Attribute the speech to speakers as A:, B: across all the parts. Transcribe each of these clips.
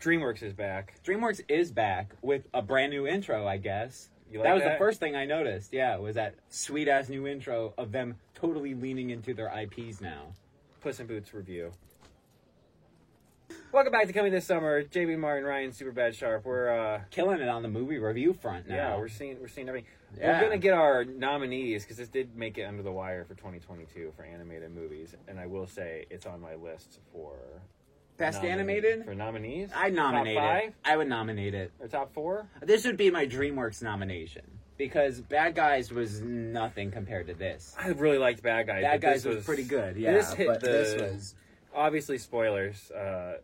A: DreamWorks is back.
B: DreamWorks is back with a brand new intro, I guess.
A: You like
B: that was
A: that?
B: the first thing I noticed. Yeah, was that sweet ass new intro of them totally leaning into their IPs now.
A: Puss in Boots review. Welcome back to Coming This Summer. JB Martin, Ryan, Super Bad Sharp. We're uh,
B: Killing it on the movie review front now.
A: yeah, we're seeing we're seeing everything.
B: Yeah.
A: We're gonna get our nominees because this did make it under the wire for 2022 for animated movies, and I will say it's on my list for
B: best
A: nomin-
B: animated.
A: for nominees.
B: I nominate
A: top
B: it.
A: five
B: I would nominate it.
A: or top four.
B: This would be my DreamWorks nomination because Bad Guys was nothing compared to this.
A: I really liked Bad Guys.
B: Bad
A: but this
B: Guys was, pretty good. Yeah,
A: this hit
B: but
A: the
B: this was
A: obviously spoilers. Uh,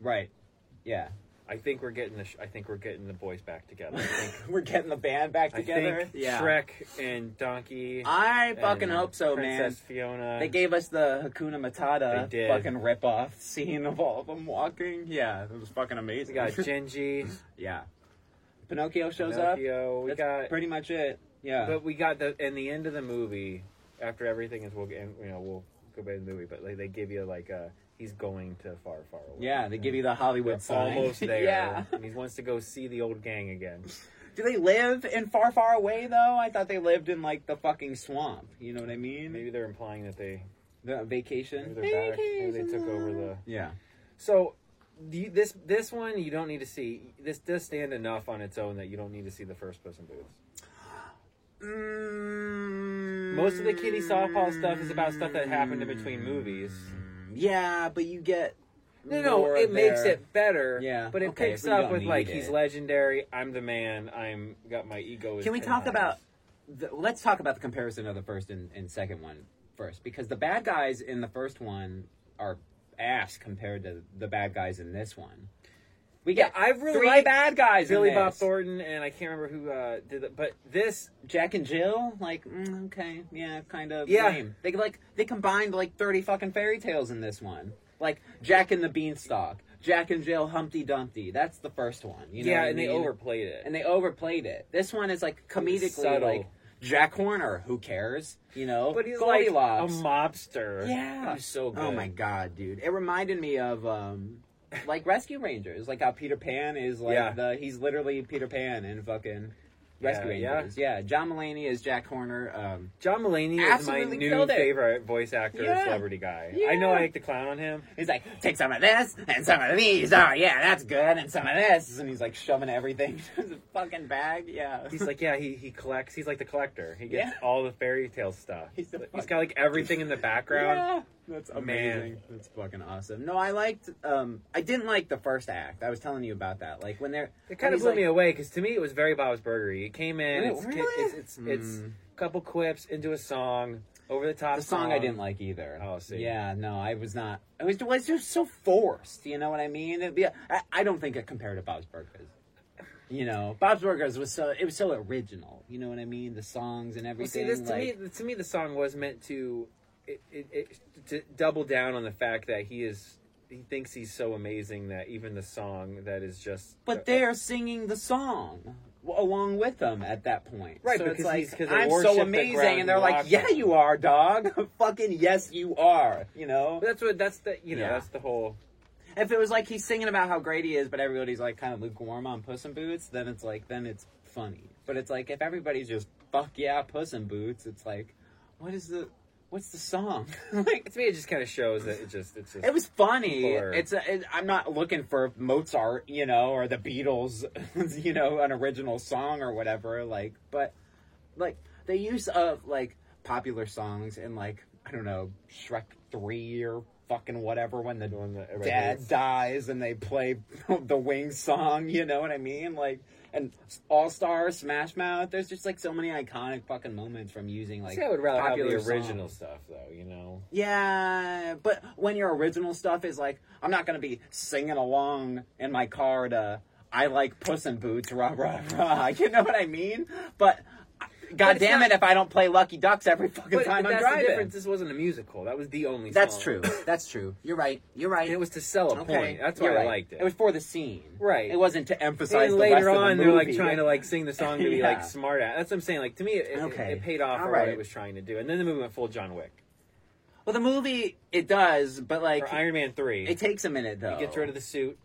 B: right. Yeah,
A: I think we're getting the sh- I think we're getting the boys back together. I think,
B: we're getting the band back
A: I
B: together.
A: think
B: yeah,
A: Shrek and Donkey.
B: I fucking
A: and
B: hope so,
A: Princess
B: man.
A: Fiona.
B: They gave us the Hakuna Matata
A: They did.
B: fucking ripoff scene of all of them walking. Yeah, it was fucking
A: we
B: amazing.
A: got Genji.
B: yeah, Pinocchio shows up.
A: Pinocchio. We
B: That's
A: got
B: pretty much it. Yeah,
A: But we got the in the end of the movie, after everything is we'll get and, you know we'll go back to the movie, but like they give you like uh he's going to far far away.
B: yeah. They give you the Hollywood
A: They're
B: sign.
A: almost there.
B: yeah.
A: and he wants to go see the old gang again.
B: Do they live in far, far away though? I thought they lived in like the fucking swamp. You know what I mean?
A: Maybe they're implying that they
B: the
A: maybe
B: vacation.
A: they're back. Maybe they took over the.
B: Yeah.
A: So the, this this one you don't need to see. This does stand enough on its own that you don't need to see the first person booths. Most of the kitty softball stuff is about stuff that happened in between movies.
B: Yeah, but you get.
A: No, no,
B: more
A: it makes
B: there.
A: it better.
B: Yeah,
A: but it
B: okay,
A: picks
B: but you
A: up
B: don't
A: with like
B: need
A: he's
B: it.
A: legendary. I'm the man. I'm got my ego. is
B: Can we
A: 10
B: talk
A: times.
B: about? The, let's talk about the comparison of the first and, and second one first, because the bad guys in the first one are ass compared to the bad guys in this one. We
A: Yeah,
B: get
A: I really
B: three
A: like
B: bad guys.
A: Billy
B: in
A: Bob
B: this.
A: Thornton and I can't remember who uh, did it, but this
B: Jack and Jill, like mm, okay, yeah, kind of.
A: Yeah.
B: lame. They like they combined like thirty fucking fairy tales in this one, like Jack and the Beanstalk, Jack and Jill, Humpty Dumpty. That's the first one. You know
A: yeah,
B: what I
A: and they
B: mean?
A: overplayed it.
B: and they overplayed it. This one is like comedically
A: Subtle.
B: like Jack Horner, who cares, you know?
A: but he's like a
B: Goldilocks.
A: mobster.
B: Yeah.
A: he's so good.
B: Oh my god, dude! It reminded me of um, like Rescue Rangers, like how Peter Pan is like
A: Yeah.
B: the he's literally Peter Pan in fucking Rescue
A: Yeah, yeah.
B: Rangers. Yeah. John Mulaney is Jack Horner. Um,
A: John Mulaney is my
B: Absolutely
A: new
B: killed it.
A: favorite voice actor,
B: Yeah.
A: celebrity guy.
B: Yeah.
A: I know I like to clown on him.
B: he's like, take some of this and some of these. Oh yeah, that's good, and some of this, and he's like shoving everything into the fucking bag. Yeah,
A: He's like, yeah, he, he collects. He's like the collector. He gets
B: Yeah.
A: all the fairy tale stuff.
B: He's the
A: he's
B: fuck-
A: got like everything in the background.
B: Yeah, that's
A: Man.
B: amazing. That's fucking awesome. No, I liked. Um, I didn't like the first act. I was telling you about that. Like when they're
A: It kind of blew me away because to me it was very Bob's Burgery. It came in,
B: Wait,
A: it's, ki-
B: really?
A: it's it's it's
B: Hmm.
A: a couple quips into a song, over the top.
B: The song I didn't like either.
A: Oh, see.
B: Yeah, no, I was not. It was, it was just so forced. You know what I mean? It'd be, I, I don't think it compared to Bob's Burgers. You know, Bob's Burgers was so it was so original. You know what I mean? The songs and
A: Well, see,
B: everything.
A: this to
B: like-
A: me to me the song was meant to it, it, it to double down on the fact that he is he thinks he's so amazing that even the song that is just
B: but they're singing the song w- along with them at that point.
A: Right,
B: so
A: because
B: it's like
A: he's- 'cause they
B: I'm
A: worship
B: so
A: the
B: amazing,
A: ground
B: and they're
A: you
B: like,
A: walk
B: "Yeah,
A: on."
B: you are, dog. Fucking yes, you are." You know,
A: But that's what that's the you know
B: Yeah.
A: that's the whole
B: if it was like he's singing about how great he is, but everybody's like kind of lukewarm on Puss in Boots, then it's like then it's funny. But it's like if everybody's just fuck yeah, Puss in Boots, it's like, what is the what's the song like?
A: to me it just kind of shows that it just it's just
B: It was funny.
A: People are-
B: It's a, it, I'm not looking for Mozart, you know, or the Beatles, you know, an original song or whatever. Like, but like the use of like popular songs and like I don't know Shrek three or fucking whatever when the
A: the one that everybody
B: dad
A: hates.
B: dies and they play the Wings song. You know what I mean? Like. And All Star, Smash Mouth. There's just like so many iconic fucking moments from using like
A: See, I would rather have the
B: popular songs.
A: original stuff though you know
B: Yeah, but when your original stuff is like, I'm not gonna be singing along in my car to "I like Puss in Boots," rah rah rah. You know what I mean? But
A: But
B: God
A: it's
B: damn
A: not-
B: it, if I don't play Lucky Ducks every fucking
A: but,
B: time
A: but
B: I'm
A: that's the
B: driving,
A: difference this wasn't a musical that was the only
B: that's
A: song.
B: true. That's true. You're right. You're right.
A: and it was to sell a point that's why
B: You're
A: I
B: right.
A: liked it
B: It was for the scene,
A: Right.
B: It wasn't to emphasize.
A: and
B: the rest
A: later
B: of the
A: on, they're like
B: movie.
A: trying to like sing the song to be
B: Yeah.
A: like smart at. That's what I'm saying. Like to me, it, it-
B: Okay.
A: it paid off
B: All
A: for what
B: right.
A: it was trying to do. And then the movie went full John Wick
B: Well, the movie it does, but like
A: or Iron Man Three.
B: it takes a minute though.
A: he gets rid of the suit.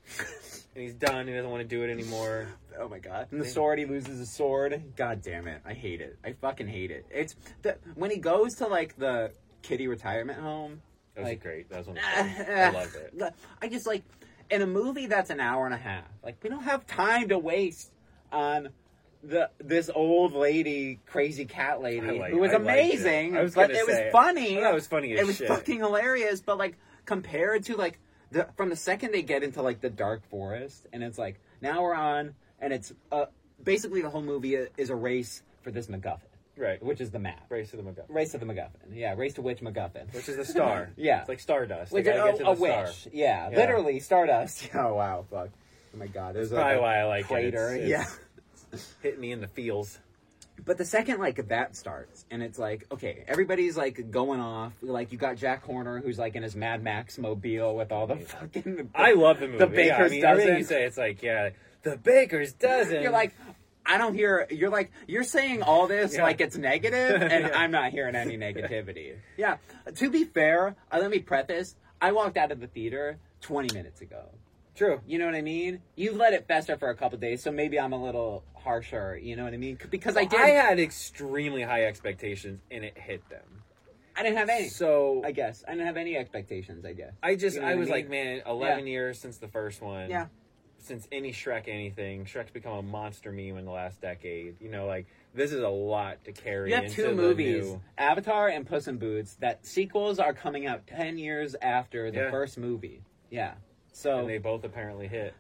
A: and he's done. He doesn't want to do it anymore.
B: Oh my god! And the sword, he loses his sword. God damn it! I hate it. I fucking hate it. It's the when he goes to like the kitty retirement home.
A: That was
B: Like-
A: great. That was one. Of the I loved it.
B: I just like in a movie that's an hour and a half. Like we don't have time to waste on the this old lady, crazy cat
A: I
B: lady,
A: like-
B: who was
A: I liked it.
B: amazing.
A: I was
B: but
A: gonna
B: it
A: say,
B: was funny.
A: I thought it was funny as
B: it was
A: shit.
B: fucking hilarious. But like compared to like the from the second they get into like the dark forest, and it's like now we're on, and it's uh, basically the whole movie i- is a race for this MacGuffin,
A: Right.
B: which is the map.
A: Race to the MacGuffin.
B: Race to the MacGuffin. Yeah, race to which MacGuffin?
A: Which is the star.
B: Yeah.
A: It's like stardust.
B: Which
A: They gotta
B: a,
A: get to
B: a
A: the star.
B: wish, yeah,
A: Yeah.
B: literally Stardust. Oh wow, fuck! Oh my god, there's
A: Probably
B: like
A: why I like
B: a crater.
A: it. It's-
B: yeah,
A: it's Hit me in the feels.
B: but the second like that starts, and it's like okay, everybody's like going off. Like you got Jack Horner, who's like in his Mad Max mobile with all the fucking.
A: I love the movie.
B: The
A: Yeah, I
B: baker's
A: mean, everything
B: dozen.
A: you say, it's like, yeah, the baker's dozen.
B: You're like, I don't hear. You're like, you're saying all this
A: Yeah.
B: like it's negative, and
A: Yeah.
B: I'm not hearing any negativity. yeah. To be fair, uh, let me preface. I walked out of the theater 20 minutes ago.
A: true.
B: You know what I mean? You've let it fester for a couple days, so maybe I'm a little harsher. You know what I mean? C- Because I did.
A: I
B: I,
A: had extremely high expectations, and it hit them.
B: didn't have any.
A: So
B: I guess I didn't have any expectations. I guess.
A: I just
B: You know
A: I
B: what I
A: was
B: mean?
A: like, man, eleven years since the first one.
B: Yeah.
A: Since any Shrek anything, Shrek's become a monster meme in the last decade. You know, like this is a lot to carry.
B: You have
A: into
B: two
A: the
B: movies,
A: new-
B: Avatar and Puss in Boots, that sequels are coming out ten years after the
A: Yeah.
B: first movie. Yeah. So
A: and they both apparently hit.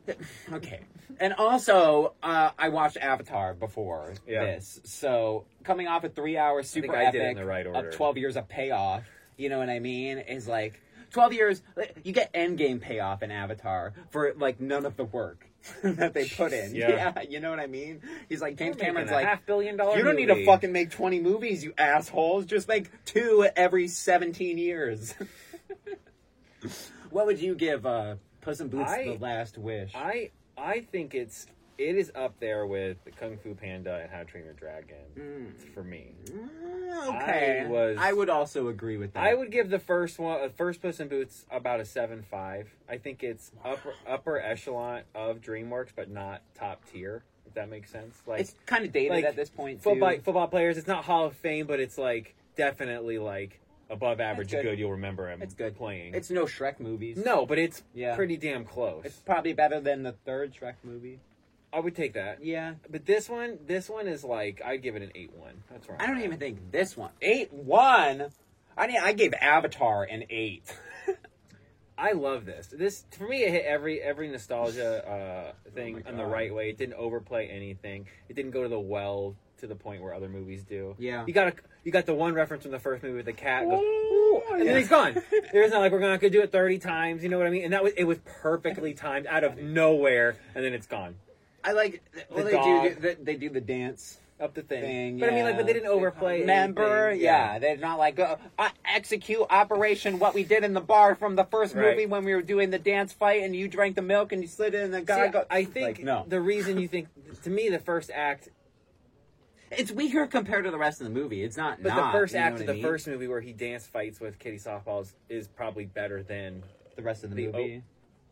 B: okay. And also, uh, I watched Avatar before
A: Yeah.
B: this, so coming off a three-hour super
A: think I
B: epic
A: did it in the right order.
B: of twelve years of payoff. You know what I mean? Is like twelve years. like, You get endgame payoff in Avatar for like none of the work that they put in.
A: Yeah.
B: you know what I mean? He's like James
A: We're making
B: Cameron's
A: a
B: like
A: half billion dollar.
B: you don't need
A: movie.
B: to fucking make 20 movies, you assholes. Just make two every 17 years. what would you give uh, Puss in Boots
A: I-
B: The Last Wish?
A: I I think it's it is up there with Kung Fu Panda and How to Train Your Dragon for me.
B: Mm, okay.
A: I
B: I,
A: was-
B: would also agree with that.
A: I would give the first one, uh, first Puss in Boots, about a seven five. I think it's upper upper echelon of DreamWorks, but not top tier. If that makes sense, like
B: It's kind of dated
A: like,
B: at this point, too.
A: football football players, it's not Hall of Fame, but it's like definitely like above average
B: good.
A: good. You'll remember him.
B: It's good.
A: playing.
B: It's no Shrek movies.
A: no, but it's
B: Yeah.
A: pretty damn close.
B: It's probably better than the third Shrek movie.
A: I would take that.
B: Yeah.
A: But this one, this one is like I'd give it an eight one. That's right.
B: I don't even think this one. 8 1? I, mean, I gave Avatar an 8.
A: I love this. This for me, it hit every every nostalgia uh, thing
B: Oh my
A: in the
B: God.
A: right way. It didn't overplay anything. It didn't go to the well to the point where other movies do.
B: Yeah.
A: you got a, you got the one reference from the first movie with the cat, goes,
B: Ooh,
A: and then
B: yeah.
A: he's gone. It's not like we're gonna have to do it thirty times. You know what I mean? And that was it was perfectly timed out of nowhere, and then it's gone
B: I like well, they
A: dog.
B: do they, they do the dance
A: up the thing.
B: thing.
A: but I mean, like,
B: yeah.
A: but they didn't overplay.
B: Remember,
A: anything.
B: yeah. they're not like uh, uh, execute operation what we did in the bar from the first
A: Right.
B: movie when we were doing the dance fight and you drank the milk and you slid it in the guy.
A: See,
B: go-
A: I think
B: Like, no,
A: the reason you think to me the first act
B: it's weaker compared to the rest of the movie. It's not.
A: But
B: not,
A: the first
B: you know
A: act
B: what
A: of
B: I
A: the
B: mean?
A: first movie where he dance fights with Kitty Softballs is probably better than.
B: the rest of the,
A: the-
B: movie.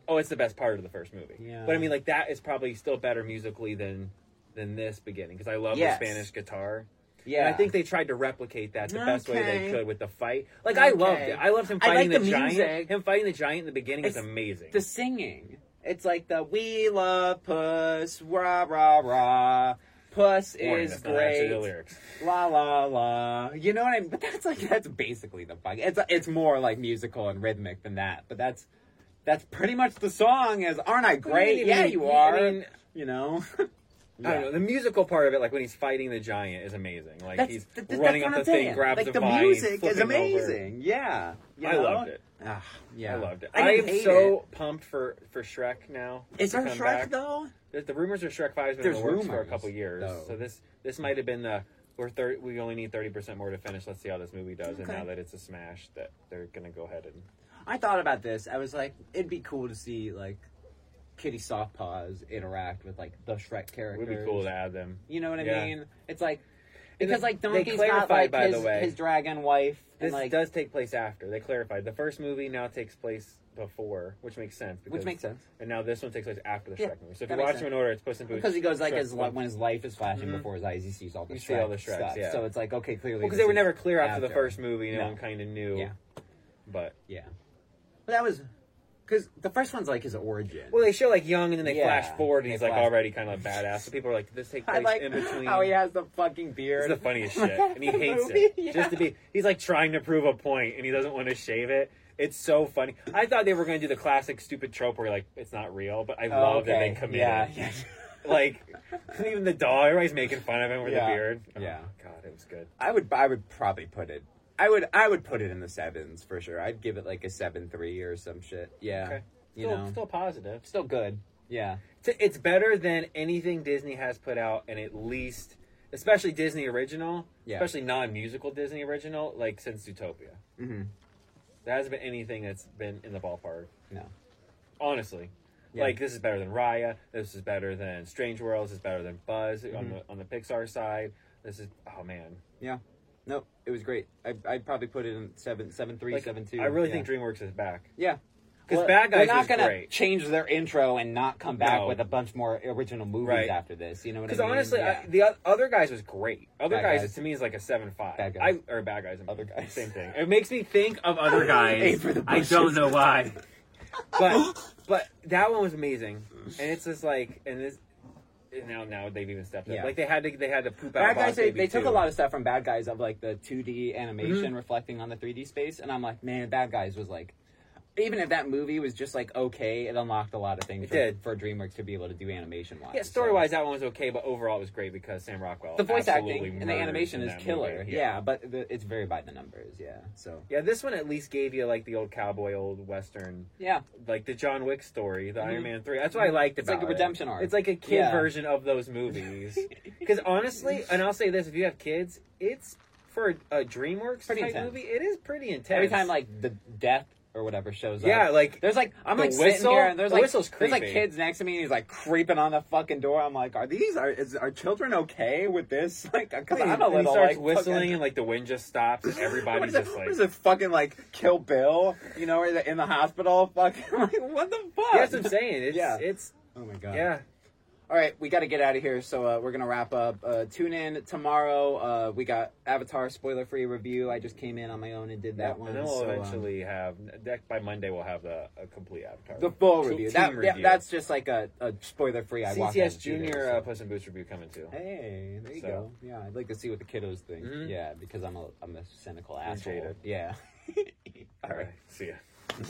A: Oh, it's the best part of the first movie.
B: Yeah.
A: But I mean, like that is probably still better musically than than this beginning because I love
B: Yes.
A: the Spanish guitar.
B: yeah,
A: And I think they tried to replicate that the best way they
B: Okay.
A: could with the fight. Like I loved
B: Okay.
A: it. I loved him
B: I like
A: fighting
B: the
A: the, giant.
B: music.
A: Him fighting the giant in the beginning is
B: It's-
A: amazing.
B: the singing. It's like the we love puss rah rah rah. Puss
A: Boring,
B: is
A: that's not actually the
B: great.
A: lyrics.
B: la la la. You know what I mean? But that's like that's basically the fuck. It's it's more like musical and rhythmic than that. But that's that's pretty much the song. Is aren't I great?
A: mean,
B: yeah,
A: I
B: you
A: mean-
B: are.
A: I mean-
B: you know.
A: I don't know. The musical part of it, like when he's fighting the giant, is amazing. Like
B: That's,
A: he's
B: th- th-
A: running
B: that's
A: up
B: what
A: the
B: I'm
A: thing,
B: saying.
A: grabs
B: like,
A: the,
B: the
A: vine,
B: music
A: flips
B: is
A: him over.
B: amazing. Yeah, you
A: I
B: know?
A: loved it.
B: Ah, yeah,
A: I loved it.
B: I,
A: I,
B: didn't
A: am
B: hate
A: so pumped for for Shrek now.
B: It. Is
A: to
B: there
A: come
B: Shrek
A: back.
B: though?
A: The, the rumors of Shrek Five has been in
B: There's
A: the works for a
B: rumors,
A: couple years,
B: though.
A: so this this might have been the we're thir- we only need thirty percent more to finish. Let's see how this movie does, and
B: Okay.
A: now that it's a smash, that they're gonna go ahead and
B: I thought about this. I was like, it'd be cool to see like Kitty Softpaws interact with like the Shrek
A: it
B: characters.
A: would be cool to add them.
B: You know what I
A: Yeah.
B: mean? It's like because
A: they-
B: like
A: they
B: Donkey's got
A: clarified,
B: like
A: by the
B: his,
A: way.
B: his dragon wife.
A: This
B: and, like,
A: does take place after. They clarified. The first movie now takes place before, which makes sense.
B: which makes sense
A: And now this one takes place after the Shrek
B: Yeah,
A: movie. So if
B: that
A: you
B: makes
A: watch
B: sense.
A: them in order, it's Puss in Boots.
B: because he goes like
A: Shrek
B: his
A: one.
B: li- when his life is flashing
A: Mhm.
B: before his eyes, he sees Mm-hmm. all the
A: You
B: Shrek
A: see all the Shreks,
B: stuff.
A: yeah.
B: So it's like okay, clearly
A: Because
B: this
A: they were
B: is
A: never clear after, the first movie. No,
B: No.
A: one kind of knew.
B: Yeah.
A: But
B: Yeah, but that was because the first one's like his origin.
A: well, they show like young, and then they
B: Yeah,
A: flash forward,
B: they
A: and he's like
B: flash-
A: already kind of a badass. So people are like, "Did "This take place
B: I like oh,
A: in between."
B: how he has the fucking
A: It's
B: beard.
A: the funniest shit, and he
B: The
A: hates
B: movie,
A: it.
B: yeah.
A: Just to be, he's like trying to prove a point, and he doesn't want to shave it. It's so funny. I thought they were going to do the classic stupid trope where like it's not real, but I
B: Oh,
A: love that they
B: okay.
A: committed.
B: Yeah, yeah.
A: Like even the dog, everybody's making fun of him with
B: Yeah.
A: the beard. Oh,
B: Yeah.
A: God, it was good.
B: I would I would probably put it. I would I would put it in the sevens for sure. I'd give it like a seven three or some shit. Yeah,
A: Okay.
B: you
A: still,
B: know, still,
A: still positive.
B: good. Yeah,
A: T- It's better than anything Disney has put out, and at least, especially Disney original,
B: Yeah.
A: especially non-musical Disney original, like since Zootopia,
B: mm-hmm.
A: there hasn't been anything that's been in the ballpark.
B: No.
A: honestly.
B: Yeah.
A: Like this is better than Raya. This is better than Strange Worlds. This is better than Buzz on
B: Mhm.
A: the on the Pixar side. This is oh man.
B: no, it was great. I I'd probably put it in seven seven three
A: Like,
B: seven two.
A: I really
B: yeah.
A: think DreamWorks is back.
B: Yeah.
A: 'Cause Bad Guys
B: they're not
A: was
B: gonna
A: great.
B: change their intro and not come back
A: No.
B: with a bunch more original movies
A: Right.
B: after this. You know what I
A: Because
B: mean?
A: honestly,
B: Yeah.
A: I, the o- other guys was great. Other
B: Bad
A: guys,
B: Guys.
A: to me is like a seven five.
B: Bad
A: I,
B: Guys.
A: or bad guys. and
B: Other Guys.
A: Same thing. It makes me think of other guys.
B: Aim for the
A: I
B: bushes.
A: don't know why. But but that one was amazing, and it's just like and this. and Now, now they've even stepped up.
B: Yeah.
A: Like they had to, they had to poop out.
B: Bad
A: Boss
B: guys, they,
A: Baby Mm-hmm.
B: they took a
A: too.
B: lot of stuff from Bad Guys of like the 2D animation reflecting on the 3D space, and I'm like, man, Bad Guys was like, even if that movie was just like okay, it unlocked a lot of things
A: It
B: for,
A: did.
B: for DreamWorks to be able to do animation wise.
A: Yeah, story wise, that one was okay, but overall, it was great because Sam Rockwell.
B: the voice
A: absolutely
B: acting and the
A: murders
B: animation
A: in
B: is
A: that
B: killer.
A: movie.
B: Yeah. but the, it's very by the numbers. Yeah, so
A: Yeah, this one at least gave you like the old cowboy, old western,
B: yeah,
A: like the John Wick story, the Iron
B: Mhm.
A: Man three. That's what I liked
B: It's
A: about
B: like a
A: it.
B: redemption arc.
A: It's like a kid
B: Yeah.
A: version of those movies. Because honestly, and I'll say this: if you have kids, it's for a DreamWorks
B: Pretty
A: type
B: intense.
A: movie. It is pretty intense.
B: every time like the death or whatever shows up.
A: yeah, like
B: There's like I'm
A: The
B: like sitting
A: whistle?
B: here and there's
A: The
B: like
A: whistle's
B: there's like
A: creepy.
B: kids next to me and he's like creeping on the fucking door. I'm like, are these are is, are children okay with this? Like, because
A: and
B: I'm a
A: he
B: little
A: starts
B: like
A: whistling,
B: fucking-
A: and like the wind just stops, and
B: What
A: everybody's
B: is, it,
A: just
B: what
A: like.
B: is it fucking like Kill Bill? You know, in the, in the hospital, fucking like what the fuck?
A: Yeah, that's what I'm saying. It's,
B: Yeah.
A: it's
B: Oh my god.
A: yeah.
B: All right, we got to get out of here, so uh, we're gonna wrap up. Uh, tune in tomorrow. Uh, we got Avatar spoiler free review. I just came in on my own and did that one.
A: And then we'll
B: so, um,
A: eventually have deck by Monday. We'll have the a complete Avatar.
B: the full
A: Team
B: review. That, yeah,
A: review.
B: that's just like a, a spoiler free. I walked out of
A: CCS
B: the theater,
A: Junior
B: so.
A: uh, Puss in Boots review coming too.
B: Hey, there you
A: So-
B: go. Yeah, I'd like to see what the kiddos think.
A: Mhm.
B: Yeah, because I'm a I'm a cynical asshole.
A: jaded.
B: Yeah. All right.
A: See ya.